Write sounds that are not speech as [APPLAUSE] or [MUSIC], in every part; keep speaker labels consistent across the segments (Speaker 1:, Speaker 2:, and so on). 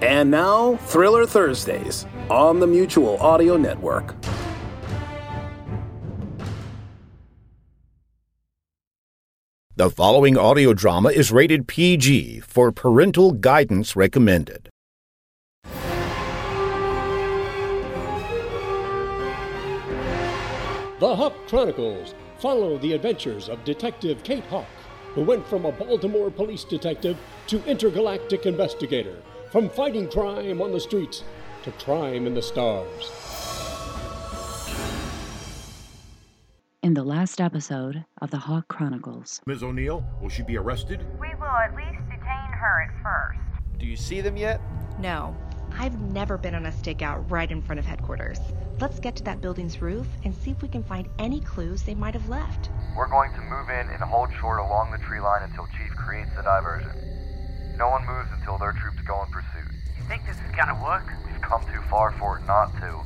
Speaker 1: And now, Thriller Thursdays on the Mutual Audio Network.
Speaker 2: The following audio drama is rated PG for parental guidance recommended.
Speaker 3: The Hawk Chronicles follow the adventures of Detective Kate Hawk, who went from a Baltimore police detective to intergalactic investigator, from fighting crime on the streets to crime in the stars.
Speaker 4: In the last episode of The Hawk Chronicles,
Speaker 5: Ms. O'Neill, will she be arrested?
Speaker 6: We will at least detain her at first.
Speaker 7: Do you see them yet?
Speaker 8: No, I've never been on a stakeout right in front of headquarters. Let's get to that building's roof and see if we can find any clues they might have left.
Speaker 9: We're going to move in and hold short along the tree line until Chief creates a diversion. No one moves until their troops go in pursuit.
Speaker 10: You think this is gonna work?
Speaker 9: We've come too far for it not to.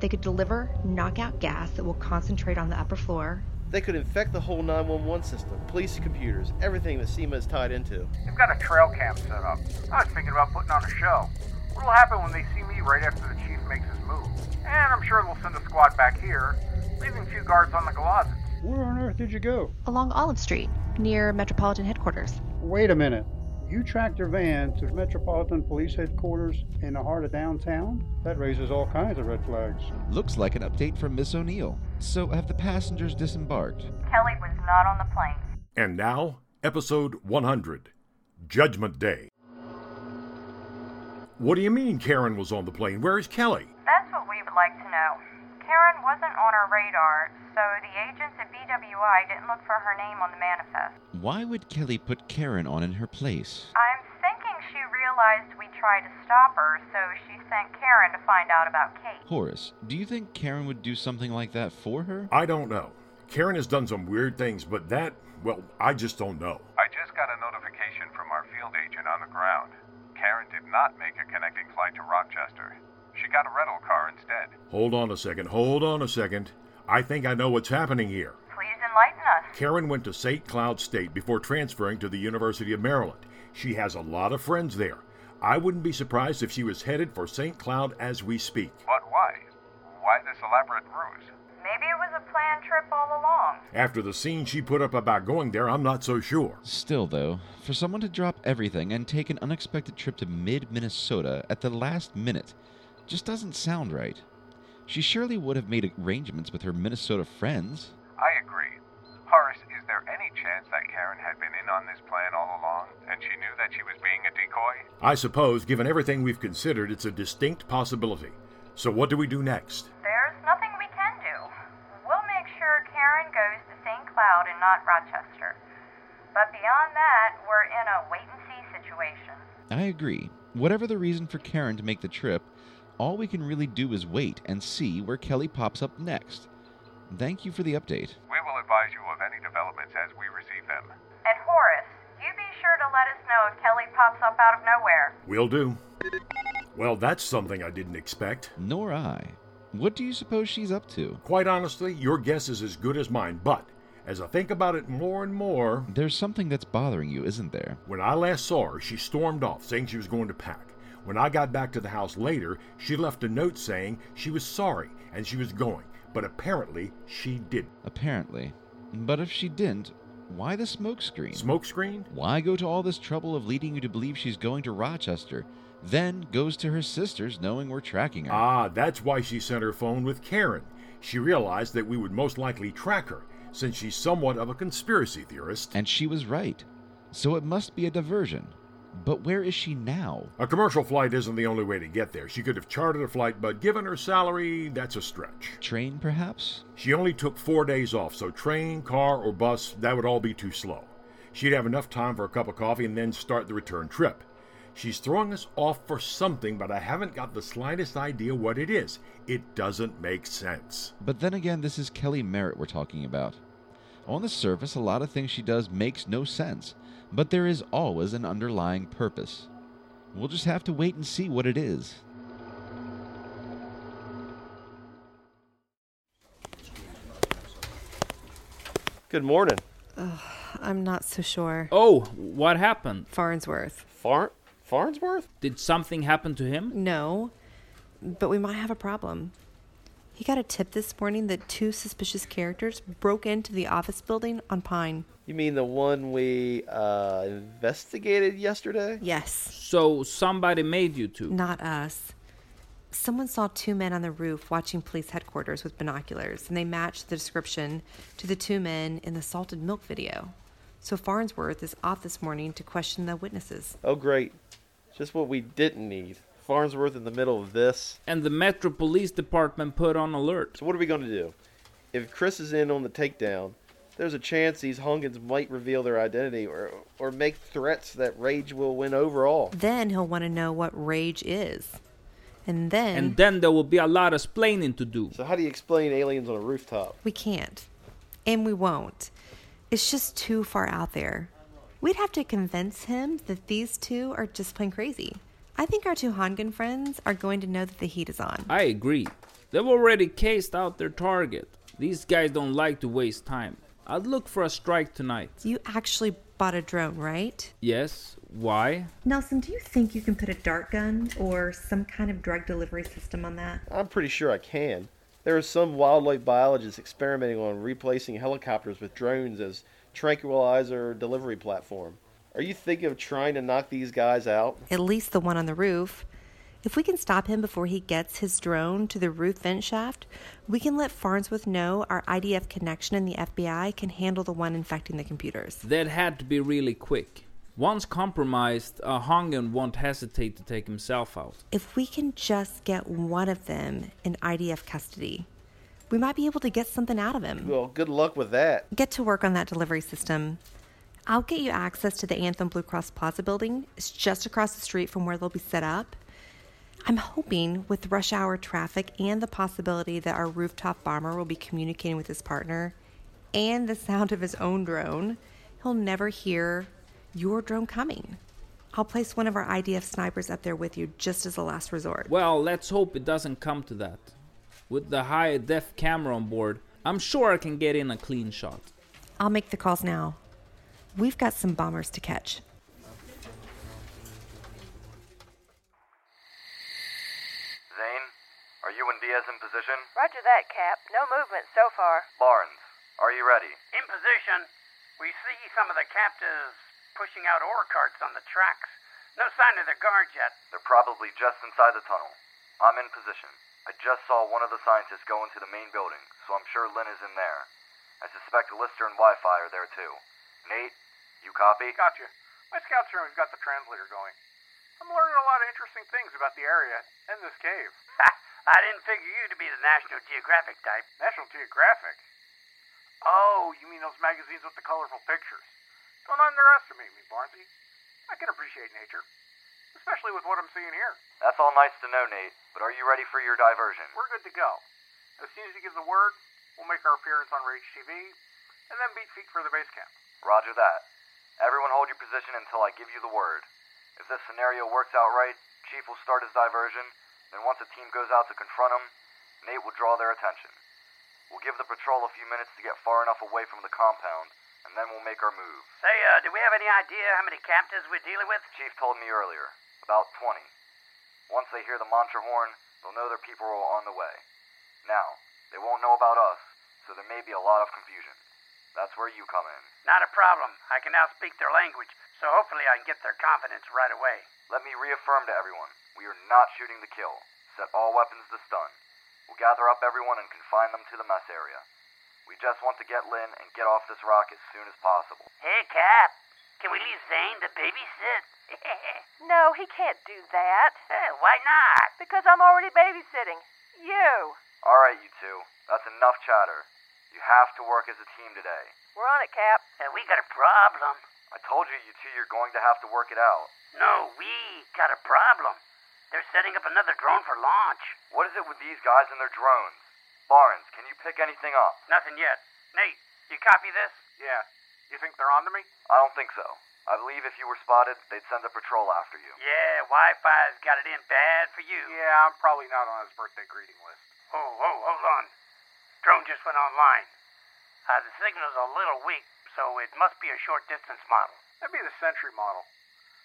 Speaker 8: They could deliver knockout gas that will concentrate on the upper floor.
Speaker 7: They could infect the whole 911 system, police computers, everything that SEMA is tied into.
Speaker 10: They've got a trail cam set up. I was thinking about putting on a show. What'll happen when they see me right after the chief makes his move? And I'm sure they'll send a squad back here, leaving two guards on the closet.
Speaker 11: Where on earth did you go?
Speaker 8: Along Olive Street, near Metropolitan Headquarters.
Speaker 11: Wait a minute. You tracked their van to Metropolitan Police Headquarters in the heart of downtown? That raises all kinds of red flags.
Speaker 12: Looks like an update from Miss O'Neill. So have the passengers disembarked?
Speaker 6: Kelly was not on the plane.
Speaker 5: And now, episode 100 Judgment Day. What do you mean Karen was on the plane? Where is Kelly?
Speaker 6: That's what we would like to know. Karen wasn't on our radar, so the agents at BWI didn't look for her name on the manifest.
Speaker 12: Why would Kelly put Karen on in her place?
Speaker 6: I'm thinking she realized we tried to stop her, so she sent Karen to find out about Kate.
Speaker 12: Horace, do you think Karen would do something like that for her?
Speaker 5: I don't know. Karen has done some weird things, but that, well, I just don't know.
Speaker 13: I just got a notification from our field agent on the ground. Karen did not make a connecting flight to Rochester. She got a rental car instead.
Speaker 5: Hold on a second, hold on a second. I think I know what's happening here.
Speaker 6: Please enlighten us.
Speaker 5: Karen went to St. Cloud State before transferring to the University of Maryland. She has a lot of friends there. I wouldn't be surprised if she was headed for St. Cloud as we speak.
Speaker 13: But why? Why this elaborate ruse?
Speaker 6: Maybe it was a planned trip all along.
Speaker 5: After the scene she put up about going there, I'm not so sure.
Speaker 12: Still, though, for someone to drop everything and take an unexpected trip to mid Minnesota at the last minute just doesn't sound right. She surely would have made arrangements with her Minnesota friends.
Speaker 13: I agree. Horace, is there any chance that Karen had been in on this plan all along and she knew that she was being a decoy?
Speaker 5: I suppose, given everything we've considered, it's a distinct possibility. So, what do we do next?
Speaker 6: There's nothing we can do. We'll make sure Karen goes to St. Cloud and not Rochester. But beyond that, we're in a wait and see situation.
Speaker 12: I agree. Whatever the reason for Karen to make the trip, all we can really do is wait and see where Kelly pops up next. Thank you for the update.
Speaker 13: We will advise you of any developments as we receive them.
Speaker 6: And Horace, you be sure to let us know if Kelly pops up out of nowhere.
Speaker 5: Will do. Well, that's something I didn't expect.
Speaker 12: Nor I. What do you suppose she's up to?
Speaker 5: Quite honestly, your guess is as good as mine, but as I think about it more and more,
Speaker 12: There's something that's bothering you, isn't there?
Speaker 5: when I last saw her, she stormed off saying she was going to pack. When I got back to the house later, she left a note saying she was sorry and she was going, but apparently she didn't.
Speaker 12: Apparently. But if she didn't, why the smokescreen?
Speaker 5: Smokescreen?
Speaker 12: Why go to all this trouble of leading you to believe she's going to Rochester, then goes to her sister's knowing we're tracking her?
Speaker 5: Ah, that's why she sent her phone with Karen. She realized that we would most likely track her, since she's somewhat of a conspiracy theorist.
Speaker 12: And she was right. So it must be a diversion. But where is she now?
Speaker 5: A commercial flight isn't the only way to get there. She could have chartered a flight, but given her salary, that's a stretch.
Speaker 12: Train, perhaps?
Speaker 5: She only took four days off, so train, car, or bus, that would all be too slow. She'd have enough time for a cup of coffee and then start the return trip. She's throwing us off for something, but I haven't got the slightest idea what it is. It doesn't make sense.
Speaker 12: But then again, this is Kelly Merritt we're talking about. On the surface, a lot of things she does makes no sense, but there is always an underlying purpose. We'll just have to wait and see what it is.
Speaker 7: Good morning.
Speaker 8: Ugh, I'm not so sure.
Speaker 14: Oh, what happened?
Speaker 8: Farnsworth.
Speaker 7: Far- Farnsworth?
Speaker 14: Did something happen to him?
Speaker 8: No, but we might have a problem. He got a tip this morning that two suspicious characters broke into the office building on Pine.
Speaker 7: You mean the one we uh, investigated yesterday?
Speaker 8: Yes,
Speaker 14: So somebody made you two.
Speaker 8: not us. Someone saw two men on the roof watching police headquarters with binoculars, and they matched the description to the two men in the salted milk video. So Farnsworth is off this morning to question the witnesses.
Speaker 7: Oh, great. Just what we didn't need. Farnsworth in the middle of this.
Speaker 14: And the Metro Police Department put on alert.
Speaker 7: So, what are we going to do? If Chris is in on the takedown, there's a chance these Hungans might reveal their identity or, or make threats that Rage will win overall.
Speaker 8: Then he'll want to know what rage is. And then
Speaker 14: And then there will be a lot of explaining to do.
Speaker 7: So, how do you explain aliens on a rooftop?
Speaker 8: we can't. And we won't. It's just too far out there. We'd have to convince him that these two are just plain crazy. I think our two Hongan friends are going to know that the heat is on.
Speaker 14: I agree. They've already cased out their target. These guys don't like to waste time. I'd look for a strike tonight.
Speaker 8: You actually bought a drone, right?
Speaker 14: Yes? Why?
Speaker 15: Nelson, do you think you can put a dart gun or some kind of drug delivery system on that?
Speaker 7: I'm pretty sure I can. There are some wildlife biologists experimenting on replacing helicopters with drones as tranquilizer delivery platform. Are you thinking of trying to knock these guys out?
Speaker 8: At least the one on the roof. If we can stop him before he gets his drone to the roof vent shaft, we can let Farnsworth know our IDF connection and the FBI can handle the one infecting the computers.
Speaker 14: That had to be really quick. Once compromised, a Hongan won't hesitate to take himself out.
Speaker 8: If we can just get one of them in IDF custody, we might be able to get something out of him.
Speaker 7: Well, good luck with that.
Speaker 8: Get to work on that delivery system. I'll get you access to the Anthem Blue Cross Plaza building. It's just across the street from where they'll be set up. I'm hoping with rush hour traffic and the possibility that our rooftop bomber will be communicating with his partner and the sound of his own drone, he'll never hear your drone coming. I'll place one of our IDF snipers up there with you just as a last resort.
Speaker 14: Well, let's hope it doesn't come to that. With the high def camera on board, I'm sure I can get in a clean shot.
Speaker 8: I'll make the calls now. We've got some bombers to catch.
Speaker 9: Zane, are you and Diaz in position?
Speaker 4: Roger that, Cap. No movement so far.
Speaker 9: Barnes, are you ready?
Speaker 10: In position, we see some of the captives pushing out ore carts on the tracks. No sign of their guards yet.
Speaker 9: They're probably just inside the tunnel. I'm in position. I just saw one of the scientists go into the main building, so I'm sure Lynn is in there. I suspect Lister and Wi-Fi are there too. Nate, you copy?
Speaker 10: Gotcha. My scout room has got the translator going. I'm learning a lot of interesting things about the area and this cave. I didn't figure you to be the National Geographic type. National Geographic? Oh, you mean those magazines with the colorful pictures. Don't underestimate me, Barnsey. I can appreciate nature, especially with what I'm seeing here.
Speaker 9: That's all nice to know, Nate, but are you ready for your diversion?
Speaker 10: We're good to go. As soon as you give the word, we'll make our appearance on Rage TV and then beat feet for the base camp.
Speaker 9: Roger that. Everyone hold your position until I give you the word. If this scenario works out right, Chief will start his diversion, then once a team goes out to confront him, Nate will draw their attention. We'll give the patrol a few minutes to get far enough away from the compound, and then we'll make our move.
Speaker 16: Say, uh, do we have any idea how many captives we're dealing with?
Speaker 9: Chief told me earlier, about 20. Once they hear the mantra horn, they'll know their people are on the way. Now, they won't know about us, so there may be a lot of confusion. That's where you come in.
Speaker 16: Not a problem. I can now speak their language, so hopefully I can get their confidence right away.
Speaker 9: Let me reaffirm to everyone we are not shooting to kill. Set all weapons to stun. We'll gather up everyone and confine them to the mess area. We just want to get Lynn and get off this rock as soon as possible.
Speaker 16: Hey, Cap, can we leave Zane to babysit? [LAUGHS]
Speaker 4: No, he can't do that.
Speaker 16: why not?
Speaker 4: Because I'm already babysitting. You.
Speaker 9: Alright, you two. That's enough chatter. You have to work as a team today.
Speaker 4: We're on it, Cap.
Speaker 16: Uh, we got a problem.
Speaker 9: I I told you, you two, you're going to have to work it out.
Speaker 16: No, we got a problem. They're setting up another drone for launch.
Speaker 9: What is it with these guys and their drones? Barnes, can you pick anything up?
Speaker 16: Nothing yet. Nate, you copy this?
Speaker 10: Yeah. You think they're onto me?
Speaker 9: I don't think so. I believe if you were spotted, they'd send a patrol after you.
Speaker 16: Yeah, Wi Fi's got it in bad for you.
Speaker 10: Yeah, I'm probably not on his birthday greeting list.
Speaker 16: Oh, oh, hold on. Drone just went online. Uh, the signal's a little weak, so it must be a short distance model.
Speaker 10: That'd be the Sentry model.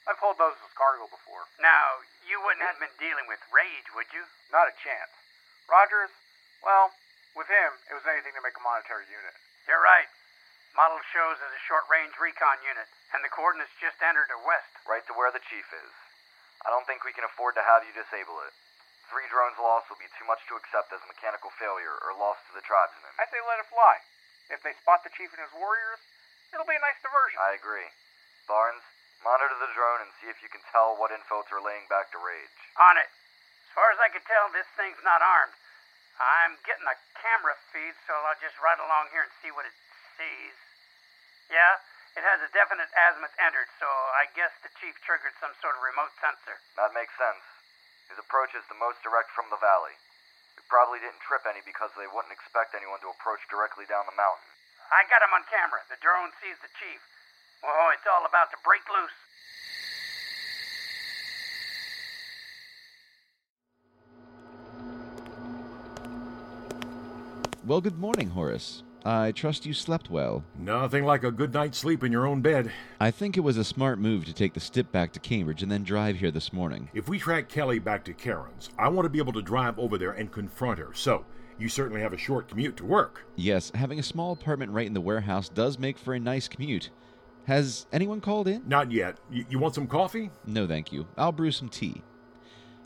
Speaker 10: I've pulled those as cargo before.
Speaker 16: Now, you wouldn't have been dealing with Rage, would you?
Speaker 10: Not a chance. Rogers, well, with him, it was anything to make a monetary unit.
Speaker 16: You're right. Model shows as a short range recon unit, and the coordinates just entered are west.
Speaker 9: Right to where the chief is. I don't think we can afford to have you disable it. Three drones lost will be too much to accept as mechanical failure or loss to the tribesmen.
Speaker 10: I say let it fly. If they spot the chief and his warriors, it'll be a nice diversion.
Speaker 9: I agree. Barnes, monitor the drone and see if you can tell what info it's relaying back to Rage.
Speaker 16: On it. As far as I can tell, this thing's not armed. I'm getting a camera feed, so I'll just ride along here and see what it sees. Yeah, it has a definite azimuth entered, so I guess the chief triggered some sort of remote sensor.
Speaker 9: That makes sense. His approach is the most direct from the valley. We probably didn't trip any because they wouldn't expect anyone to approach directly down the mountain.
Speaker 16: I got him on camera. The drone sees the chief. Oh, it's all about to break loose.
Speaker 12: Well, good morning, Horace. I trust you slept well.
Speaker 5: Nothing like a good night's sleep in your own bed.
Speaker 12: I think it was a smart move to take the stip back to Cambridge and then drive here this morning.
Speaker 5: If we track Kelly back to Karen's, I want to be able to drive over there and confront her. So, you certainly have a short commute to work.
Speaker 12: Yes, having a small apartment right in the warehouse does make for a nice commute. Has anyone called in?
Speaker 5: Not yet. Y- you want some coffee?
Speaker 12: No, thank you. I'll brew some tea.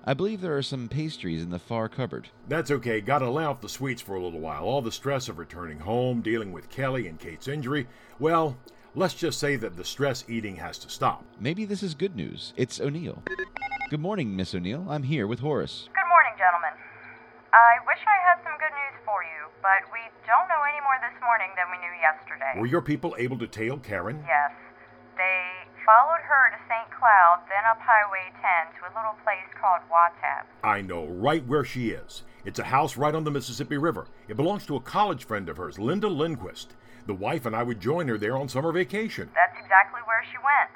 Speaker 12: I believe there are some pastries in the far cupboard.
Speaker 5: That's okay. Gotta lay off the sweets for a little while. All the stress of returning home, dealing with Kelly and Kate's injury. Well, let's just say that the stress eating has to stop.
Speaker 12: Maybe this is good news. It's O'Neill. Good morning, Miss O'Neill. I'm here with Horace.
Speaker 6: Good morning, gentlemen. I wish I had some good news for you, but we don't know any more this morning than we knew yesterday.
Speaker 5: Were your people able to tail Karen?
Speaker 6: Yes. They followed her to St. Cloud, then up Highway 10 to a little place called Watap.
Speaker 5: I know right where she is. It's a house right on the Mississippi River. It belongs to a college friend of hers, Linda Lindquist. The wife and I would join her there on summer vacation.
Speaker 6: That's exactly where she went.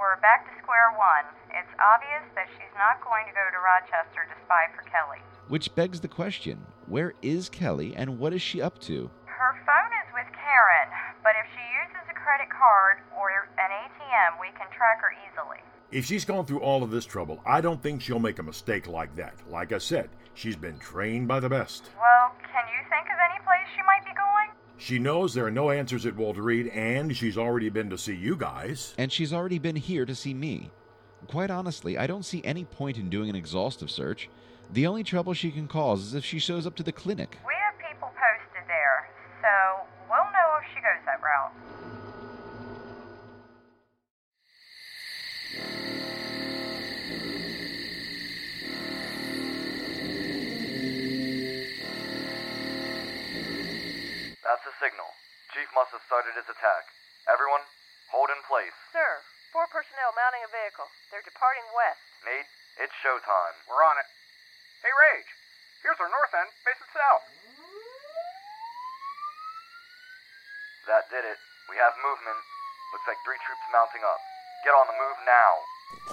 Speaker 6: We're back to square one. It's obvious that she's not going to go to Rochester to spy for Kelly.
Speaker 12: Which begs the question where is Kelly and what is she up to?
Speaker 6: Her phone is with Karen, but if she uses a credit card or an ATM, we can track her easily.
Speaker 5: If she's gone through all of this trouble, I don't think she'll make a mistake like that. Like I said, she's been trained by the best.
Speaker 6: Well, can you think of any place she might be going?
Speaker 5: She knows there are no answers at Walter Reed, and she's already been to see you guys.
Speaker 12: And she's already been here to see me. Quite honestly, I don't see any point in doing an exhaustive search. The only trouble she can cause is if she shows up to the clinic.
Speaker 6: We have people posted there, so we'll know if she goes that route.
Speaker 9: That's a signal. Chief must have started his attack. Everyone, hold in place.
Speaker 4: Sir, four personnel mounting a vehicle. They're departing west.
Speaker 9: Nate, it's showtime.
Speaker 10: We're on it. Hey, Rage! Here's our north end, face it south.
Speaker 9: That did it. We have movement. Looks like three troops mounting up. Get on the move now.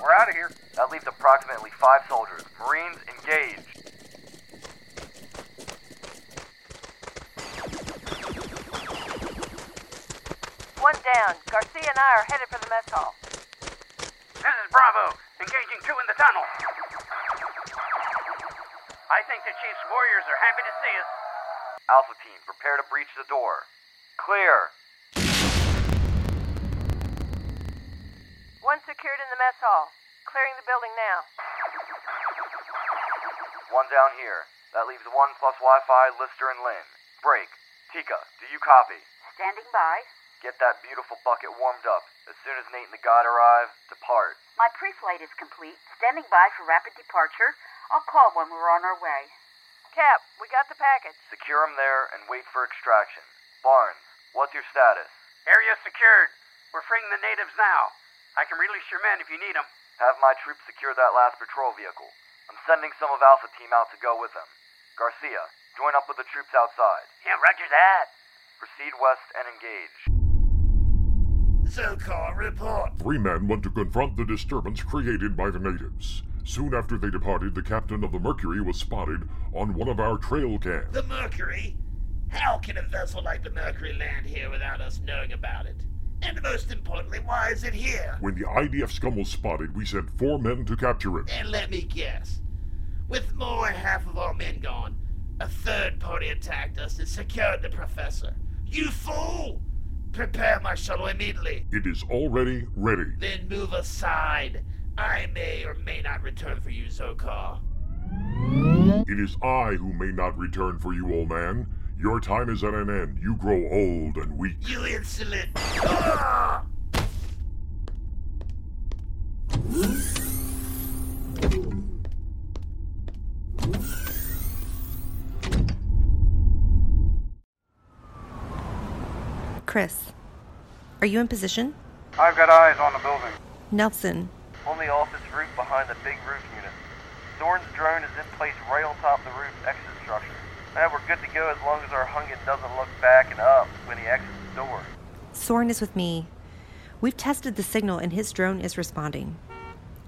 Speaker 10: We're out of here.
Speaker 9: That leaves approximately five soldiers. Marines, engage.
Speaker 4: One down. Garcia and I are headed for the mess hall.
Speaker 16: This is Bravo, engaging two in the tunnel. I think the Chief's warriors are happy to see us.
Speaker 9: Alpha team, prepare to breach the door. Clear.
Speaker 4: One secured in the mess hall. Clearing the building now.
Speaker 9: One down here. That leaves one plus Wi-Fi, Lister, and Lynn. Break. Tika, do you copy?
Speaker 17: Standing by.
Speaker 9: Get that beautiful bucket warmed up. As soon as Nate and the god arrive, depart.
Speaker 17: My pre-flight is complete. Standing by for rapid departure. I'll call when we're on our way.
Speaker 4: Cap, we got the package.
Speaker 9: Secure 'em there and wait for extraction. Barnes, what's your status?
Speaker 16: Area secured. We're freeing the natives now. I can release your men if you need them.
Speaker 18: Have my troops secure that last patrol vehicle. I'm sending some of Alpha Team out to go with them. Garcia, join up with the troops outside.
Speaker 9: Yeah, roger that.
Speaker 18: Proceed west and engage.
Speaker 9: Sokar, report.
Speaker 19: Three men went to confront the disturbance created by the natives. Soon after they departed, the captain of the Mercury was spotted on one of our trail cams.
Speaker 20: The Mercury? How can a vessel like the Mercury land here without us knowing about it? And most importantly, why is it here?
Speaker 19: When the IDF scum was spotted, we sent four men to capture it.
Speaker 20: And let me guess. With more than half of our men gone, a third party attacked us and secured the professor. You fool! Prepare my shuttle immediately.
Speaker 19: It is already ready.
Speaker 20: Then move aside. I may or may not return for you, Zokar.
Speaker 19: It is I who may not return for you, old man. Your time is at an end. You grow old and weak.
Speaker 20: You insolent. Ah!
Speaker 8: Chris, are you in position?
Speaker 16: I've got eyes on the building.
Speaker 8: Nelson,
Speaker 18: On the office roof behind the big roof unit. Zorn's drone is in place right on top of the roof exit structure. Now we're good to go as long as our hungan doesn't look back and up when he exits the door.
Speaker 8: Soren is with me. We've tested the signal and his drone is responding.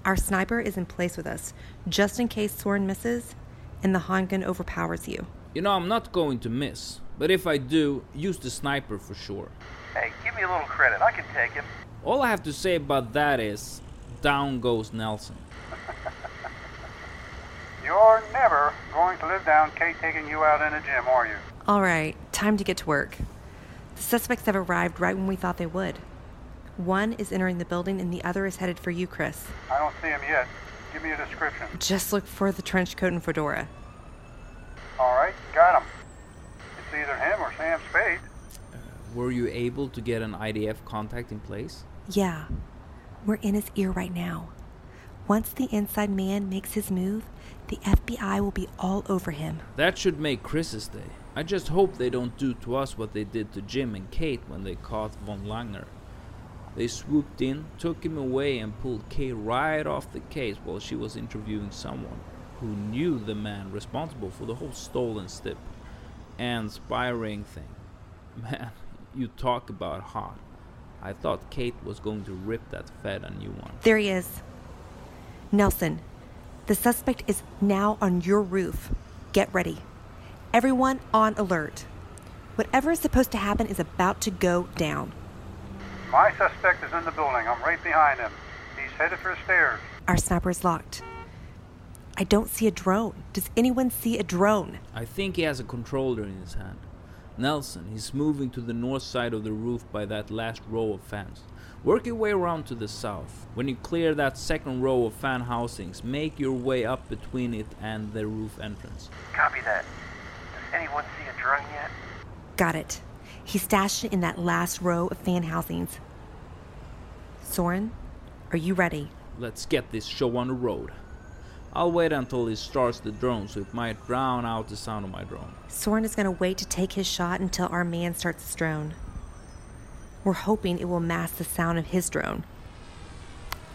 Speaker 8: Our sniper is in place with us, just in case Soren misses and the Hongan overpowers you.
Speaker 14: You know, I'm not going to miss, but if I do, use the sniper for sure.
Speaker 18: Hey, give me a little credit. I can take him.
Speaker 14: All I have to say about that is down goes Nelson.
Speaker 11: You're never going to live down Kate taking you out in a gym, are you?
Speaker 8: All right, time to get to work. The suspects have arrived right when we thought they would. One is entering the building and the other is headed for you, Chris.
Speaker 11: I don't see him yet. Give me a description.
Speaker 8: Just look for the trench coat and fedora.
Speaker 11: All right, got him. It's either him or Sam Spade.
Speaker 14: Were you able to get an IDF contact in place?
Speaker 8: Yeah, we're in his ear right now. Once the inside man makes his move, the FBI will be all over him.
Speaker 14: That should make Chris's day. I just hope they don't do to us what they did to Jim and Kate when they caught Von Langer. They swooped in, took him away, and pulled Kate right off the case while she was interviewing someone who knew the man responsible for the whole stolen stip and spying thing. [LAUGHS] Man, you talk about hot. I thought Kate was going to rip that fed a new one.
Speaker 8: There he is. Nelson, the suspect is now on your roof. Get ready. Everyone on alert. Whatever is supposed to happen is about to go down.
Speaker 11: My suspect is in the building. I'm right behind him. He's headed for the stairs.
Speaker 8: Our sniper is locked. I don't see a drone. Does anyone see a drone?
Speaker 14: I think he has a controller in his hand. Nelson, he's moving to the north side of the roof by that last row of fans. Work your way around to the south. When you clear that second row of fan housings, make your way up between it and the roof entrance.
Speaker 9: Copy that. Does anyone see a drone yet?
Speaker 8: Got it. He stashed it in that last row of fan housings. Soren, are you ready?
Speaker 14: Let's get this show on the road. I'll wait until he starts the drone so it might drown out the sound of my drone.
Speaker 8: Soren is going to wait to take his shot until our man starts his drone. We're hoping it will mask the sound of his drone.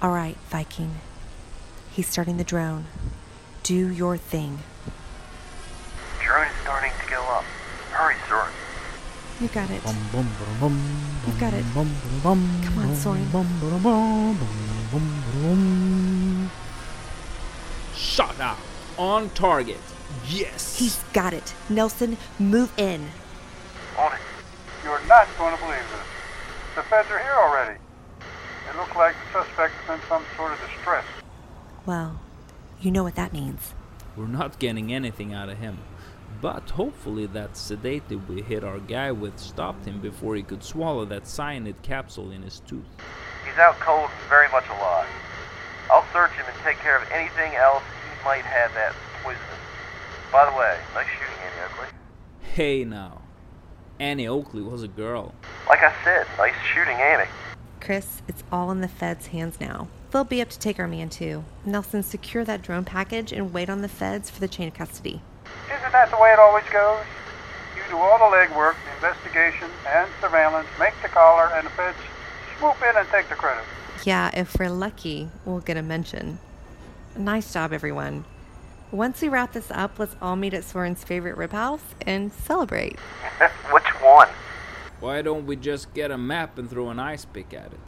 Speaker 8: All right, Viking. He's starting the drone. Do your thing.
Speaker 9: Drone is starting to go up. Hurry, Soren.
Speaker 8: You got it.
Speaker 21: You've
Speaker 8: got it. Come on,
Speaker 14: Soren. Shot out. On target. Yes.
Speaker 8: He's got it. Nelson, move in.
Speaker 11: On it. You're not going to believe this. The feds are here already. It looks like the suspect is in some sort of distress.
Speaker 8: Well, you know what that means.
Speaker 14: We're not getting anything out of him. But hopefully that sedative we hit our guy with stopped him before he could swallow that cyanide capsule in his tooth.
Speaker 18: He's out cold and very much alive. I'll search him and take care of anything else he might have that poison. By the way, nice shooting, eh, Annie Oakley.
Speaker 14: Hey now. Annie Oakley was a girl.
Speaker 18: Like I said, nice shooting, Annie.
Speaker 8: Chris, it's all in the feds' hands now. They'll be up to take our man too. Nelson, secure that drone package and wait on the feds for the chain of custody.
Speaker 11: Isn't that the way it always goes? You do all the legwork, the investigation, and surveillance, make the collar, and the feds
Speaker 10: swoop in and take the credit.
Speaker 8: Yeah, if we're lucky, we'll get a mention. Nice job, everyone. Once we wrap this up, let's all meet at Soren's favorite rib house and celebrate.
Speaker 14: [LAUGHS] Which one? Why don't we just get a map and throw an ice pick at it?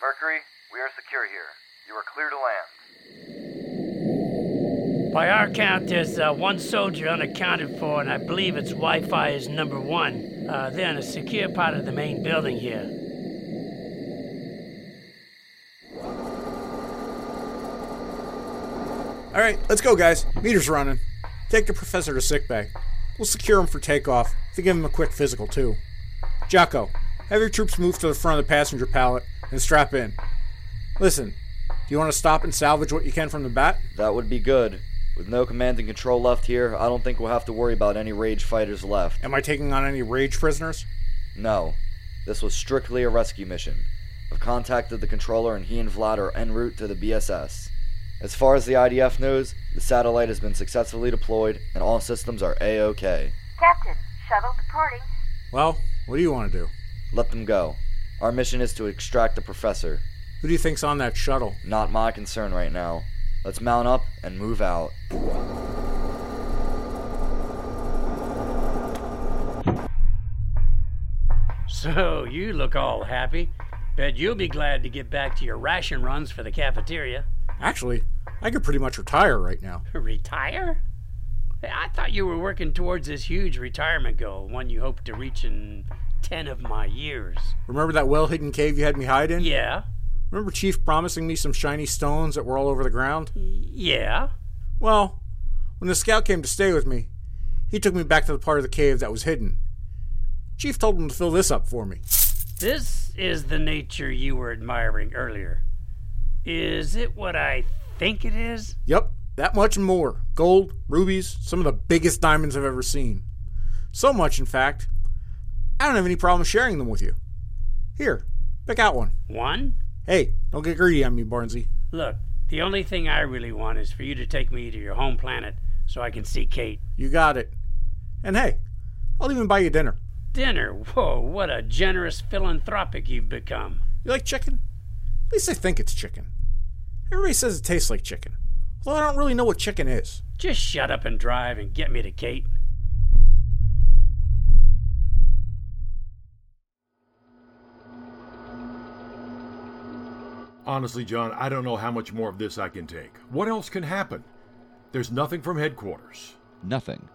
Speaker 9: Mercury, we are secure here. You are clear to land.
Speaker 22: By our count, there's uh, one soldier unaccounted for, and I believe its Wi Fi is number one. Uh, they're in a secure part of the main building here.
Speaker 23: All right, let's go, guys. Meter's running. Take the professor to sick bay. We'll secure him for takeoff. To give him a quick physical too. Jocko, have your troops move to the front of the passenger pallet and strap in. Listen, do you want to stop and salvage what you can from the bat?
Speaker 24: That would be good. With no command and control left here, I don't think we'll have to worry about any rage fighters left.
Speaker 23: Am I taking on any rage prisoners?
Speaker 24: No. This was strictly a rescue mission. I've contacted the controller and he and Vlad are en route to the BSS. As far as the IDF knows, the satellite has been successfully deployed and all systems are A OK.
Speaker 17: Captain, shuttle departing.
Speaker 23: Well, what do you want to do?
Speaker 24: Let them go. Our mission is to extract the professor.
Speaker 23: Who do you think's on that shuttle?
Speaker 24: Not my concern right now. Let's mount up and move out.
Speaker 22: So, you look all happy. Bet you'll be glad to get back to your ration runs for the cafeteria.
Speaker 23: Actually, I could pretty much retire right now.
Speaker 22: Retire? Hey, I thought you were working towards this huge retirement goal, one you hope to reach in 10 of my years.
Speaker 23: Remember that well hidden cave you had me hide in?
Speaker 22: Yeah.
Speaker 23: Remember Chief promising me some shiny stones that were all over the ground?
Speaker 22: Mm. Yeah.
Speaker 23: Well, when the scout came to stay with me, he took me back to the part of the cave that was hidden. Chief told him to fill this up for me.
Speaker 22: This is the nature you were admiring earlier. Is it what I think it is?
Speaker 23: Yep, that much and more. Gold, rubies, some of the biggest diamonds I've ever seen. So much, in fact, I don't have any problem sharing them with you. Here, pick out one.
Speaker 22: One?
Speaker 23: Hey, don't get greedy on me, Barnsey.
Speaker 22: Look, the only thing I really want is for you to take me to your home planet so I can see Kate.
Speaker 23: You got it. And hey, I'll even buy you dinner.
Speaker 22: Dinner? Whoa, what a generous philanthropic you've become.
Speaker 23: You like chicken? At least I think it's chicken. Everybody says it tastes like chicken, although I don't really know what chicken is.
Speaker 22: Just shut up and drive and get me to Kate.
Speaker 5: Honestly, John, I don't know how much more of this I can take. What else can happen? There's nothing from headquarters.
Speaker 12: Nothing.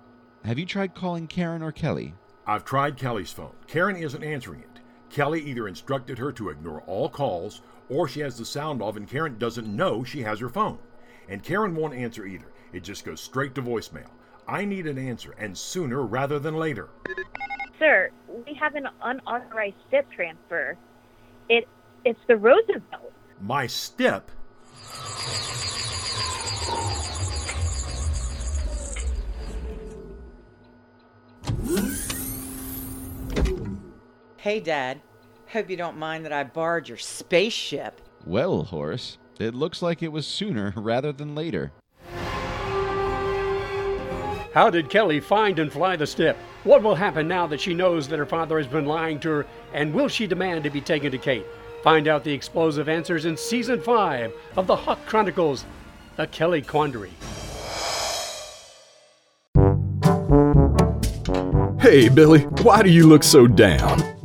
Speaker 12: Have you tried calling Karen or Kelly?
Speaker 5: I've tried Kelly's phone. Karen isn't answering it. Kelly either instructed her to ignore all calls or she has the sound off and Karen doesn't know she has her phone. And Karen won't answer either. It just goes straight to voicemail. I need an answer, and sooner rather than later.
Speaker 25: Sir, we have an unauthorized SIP transfer. It it's the Roosevelt.
Speaker 5: My step?
Speaker 26: Hey, Dad. Hope you don't mind that I borrowed your spaceship.
Speaker 12: Well, Horace, it looks like it was sooner [LAUGHS] rather than later.
Speaker 3: How did Kelly find and fly the step? What will happen now that she knows that her father has been lying to her, and will she demand to be taken to Kate? Find out the explosive answers in Season 5 of The Hawk Chronicles The Kelly Quandary.
Speaker 27: Hey, Billy, why do you look so down?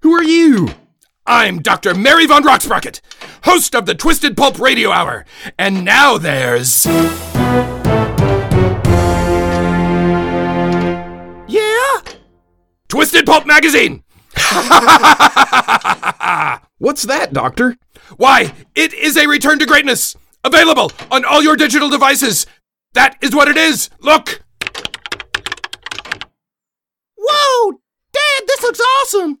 Speaker 27: Who are you?
Speaker 1: I'm Dr. Mary Von Rocksprocket, host of the Twisted Pulp Radio Hour. And now there's. Yeah?
Speaker 27: Twisted Pulp Magazine! [LAUGHS] What's that, Doctor?
Speaker 1: Why, it is a return to greatness! Available on all your digital devices! That is what it is! Look! Whoa! Dad, this looks awesome!